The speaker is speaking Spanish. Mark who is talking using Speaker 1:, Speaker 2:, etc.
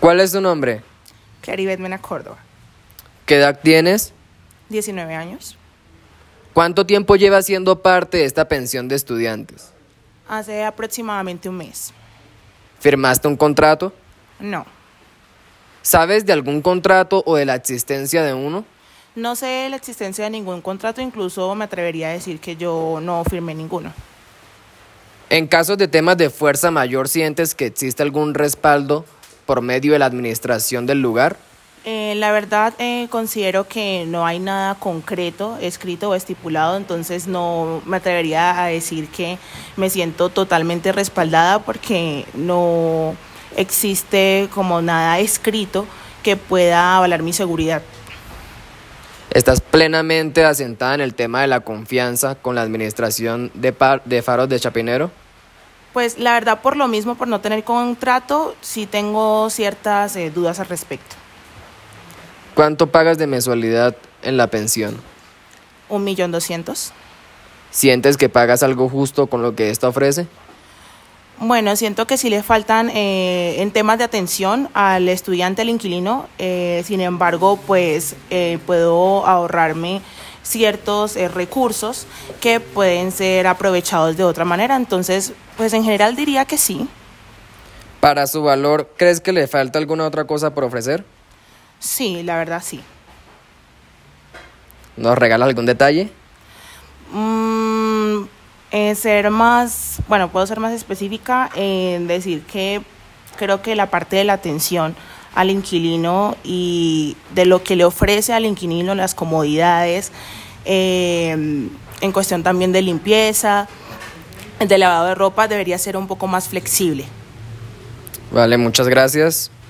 Speaker 1: ¿Cuál es tu nombre?
Speaker 2: Claribet Mena Córdoba,
Speaker 1: ¿Qué edad tienes?
Speaker 2: 19 años.
Speaker 1: ¿Cuánto tiempo llevas siendo parte de esta pensión de estudiantes?
Speaker 2: Hace aproximadamente un mes.
Speaker 1: ¿Firmaste un contrato?
Speaker 2: No,
Speaker 1: ¿Sabes de algún contrato o de la existencia de uno?
Speaker 2: no sé la existencia de ningún contrato, incluso me atrevería a decir que yo no firmé ninguno.
Speaker 1: En casos de temas de fuerza mayor, ¿sientes que existe algún respaldo por medio de la administración del lugar?
Speaker 2: Eh, la verdad, eh, considero que no hay nada concreto, escrito o estipulado, entonces no me atrevería a decir que me siento totalmente respaldada porque no existe como nada escrito que pueda avalar mi seguridad.
Speaker 1: ¿Estás plenamente asentada en el tema de la confianza con la administración de, par- de Faros de Chapinero?
Speaker 2: Pues la verdad, por lo mismo, por no tener contrato, sí tengo ciertas eh, dudas al respecto.
Speaker 1: ¿Cuánto pagas de mensualidad en la pensión?
Speaker 2: Un millón doscientos.
Speaker 1: ¿Sientes que pagas algo justo con lo que esta ofrece?
Speaker 2: Bueno, siento que sí le faltan eh, en temas de atención al estudiante, al inquilino. eh, sin embargo, pues eh, puedo ahorrarme ciertos eh, recursos que pueden ser aprovechados de otra manera. Entonces, pues en general diría que sí.
Speaker 1: Para su valor, ¿crees que le falta alguna otra cosa por ofrecer?
Speaker 2: Sí, la verdad sí.
Speaker 1: ¿Nos regalas algún detalle?
Speaker 2: Mm, eh, ser más, bueno, puedo ser más específica en decir que creo que la parte de la atención al inquilino y de lo que le ofrece al inquilino, las comodidades, eh, en cuestión también de limpieza, de lavado de ropa, debería ser un poco más flexible.
Speaker 1: Vale, muchas gracias.